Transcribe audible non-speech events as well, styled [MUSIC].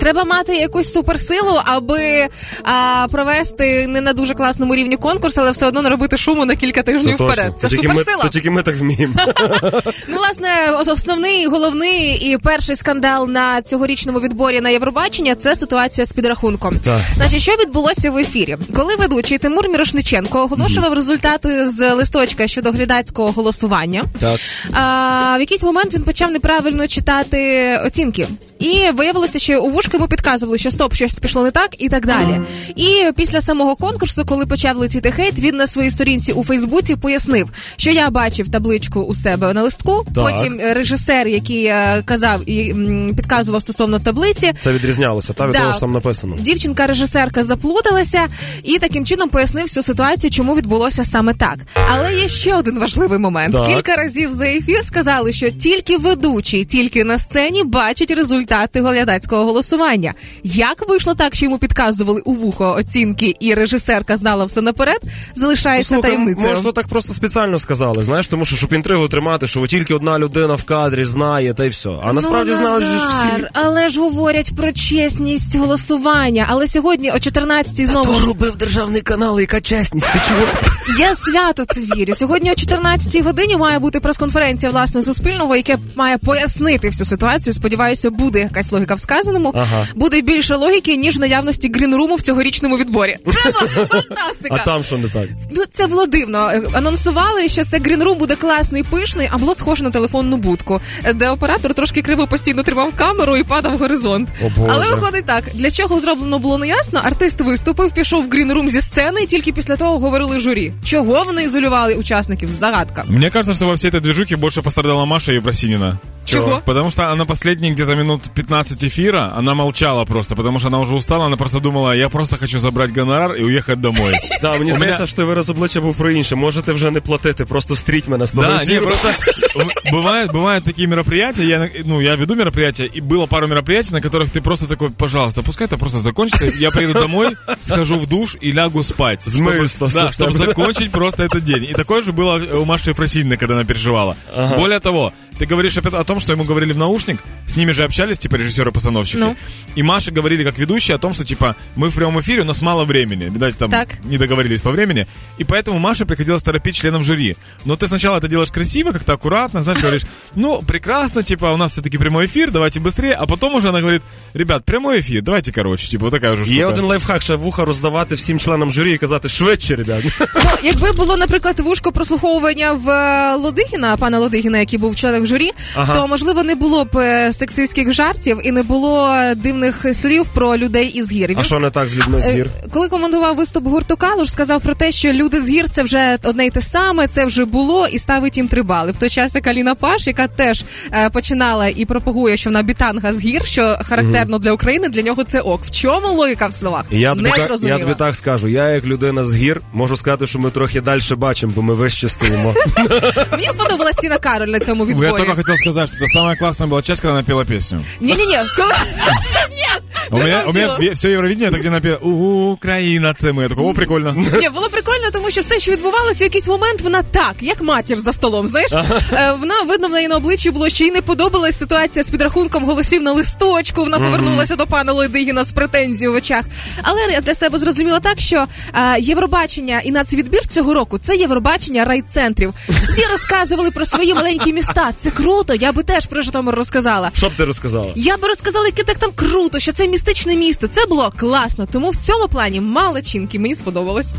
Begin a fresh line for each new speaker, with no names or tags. Треба мати якусь суперсилу, аби а, провести не на дуже класному рівні конкурс, але все одно не робити шуму на кілька
Ну
тижнів вперед. Це
то тільки ми,
суперсила.
то тільки ми так вміємо.
Ну, власне, ос- основний, головний і перший скандал на цьогорічному відборі на Євробачення це ситуація з підрахунком.
Так.
Значить, що відбулося в ефірі? Коли ведучий Тимур Мірошниченко оголошував результати з листочка щодо глядацького голосування,
[LAUGHS] Так.
а, в якийсь момент він почав неправильно читати оцінки. І виявилося, що у вушки йому підказували, що стоп, щось пішло не так, і так далі. І після самого конкурсу, коли почав летіти хейт, він на своїй сторінці у Фейсбуці пояснив, що я бачив табличку у себе на листку.
Так.
Потім е, режисер, який е, казав і м, підказував стосовно таблиці,
Це відрізнялося, та від
Да.
того, що там написано.
Дівчинка-режисерка заплуталася і таким чином пояснив всю ситуацію, чому відбулося саме так. Але є ще один важливий момент.
Так.
Кілька разів за ефір сказали, що тільки ведучий, тільки на сцені бачить результати глядацького голосування. Як вийшло так, що йому підказували у вухо оцінки, і режисерка знала все наперед, залишається таємницею.
ну, Може, то так просто спеціально сказали, знаєш, тому що щоб інтригу тримати, що от тільки одна людина в кадрі знає, та й все. А насправді знали ж всі.
Ну, Назар, але ж говорять про чесність голосування. Але сьогодні о 14-й знову ж
робив державний канал, яка чесність? Ти чого?
Я свято це вірю. Сьогодні о 14-й годині має бути прес-конференція власне суспільного, яке має пояснити всю ситуацію. Сподіваюся, буде якась логіка в сказаному.
Ага.
Буде більше логіки ніж наявності грінруму в цьогорічному відборі.
[LAUGHS]
Це була фантастика.
[LAUGHS] А там що не так?
Ну, це було дивно. Е, Анонсували, що це грінрум буде класний, пишний, а було схоже на телефонну будку, е, де оператор трошки криво постійно тримав камеру і падав в горизонт.
О, Боже.
Але виходить так, для чого зроблено було неясно. Артист виступив, пішов в грінрум зі сцени, і тільки після того говорили журі. Чого вони ізолювали учасників? Загадка.
Мне кажется, что во всей этой движухе больше пострадала Маша Евросинина.
Чего?
Потому что она последние где-то минут 15 эфира, она молчала просто, потому что она уже устала, она просто думала, я просто хочу забрать гонорар и уехать домой.
Да, мені здається, що ти вираз обличчя був про інше. Можете вже не платити, просто стріть мене з того
Да, не,
ефіру.
просто в- бывают, бывают такие мероприятия, я, ну, я веду мероприятия, и было пару мероприятий, на которых ты просто такой, пожалуйста, пускай это просто закончится, я приеду домой, схожу в душ и лягу спать.
Змою
Чтобы-
сто-
да,
сто-
чтобы
сто-
закончить просто этот день. И такое же было э, у Маши Ефросининой, когда она переживала. Более того, ты говоришь опять о том, что ему говорили в наушник, с ними же общались, типа, режиссеры-постановщики.
Ну.
И Маше говорили, как ведущие, о том, что, типа, мы в прямом эфире, у нас мало времени. Видать, там
Так.
не договорились по времени. И поэтому Маше приходилось торопить членов жюри. Но ты сначала это делаешь красиво, как-то аккуратно, знаешь, говоришь, ну, прекрасно, типа, у нас все-таки прямой эфир, давайте быстрее. А потом уже она говорит, ребят, прямой эфир, давайте короче. Типа, вот такая уже штука.
Є один лайфхак, ще вуха роздавати всім членам журі і казати швидше, ребят.
Ну, якби було, наприклад, вушко прослуховування в е, Лодигіна, пана Лодигіна, який був членом журі,
Ага.
то можливо не було б е, сексистських жартів і не було е, дивних слів про людей із гір. Він
А що не так з людьми з гір?
Е, Коли коментував виступ гурту Калуш, сказав про те, що люди з гір це вже одне й те саме, це вже було і ставить їм три бали. В той час як Аліна Паш, яка теж е, починала і пропагує, що вона бітанга з гір, що характерно для України, для нього це ок. В чому логіка в словах?
Я тобі,
не
так, я
зрозуміла.
тобі так скажу, я як людина з гір можу сказати, що ми трохи далі бачимо, бо ми
[LAUGHS]
вище стоїмо.
Мені сподобалась Тіна Кароль на цьому
Я
відборі.
только хотел сказать, что это самая классная была часть, когда она пела песню.
Ні, ні, ні. Коли... Ні,
У
не
меня,
там
у
діло.
меня все Евровидение, это где она пела «У, Украина, це мы». Я такой, о, прикольно.
Ні, було прикольно, тому що все, що відбувалося, в якийсь момент вона так, як матір за столом. Знаєш, Е, вона видно в неї на обличчі було, що їй не подобалась ситуація з підрахунком голосів на листочку. Вона повернулася до пана Ледигіна з претензією в очах. Але я для себе зрозуміла так, що е, Євробачення і нацвідбір цього року це Євробачення райцентрів. Всі розказували про свої маленькі міста. Це круто. Я би теж про Житомир розказала.
Що б ти розказала?
Я би розказала, яке так там круто, що це містичне місто. Це було класно. Тому в цьому плані мало чинки. Мені сподобалось.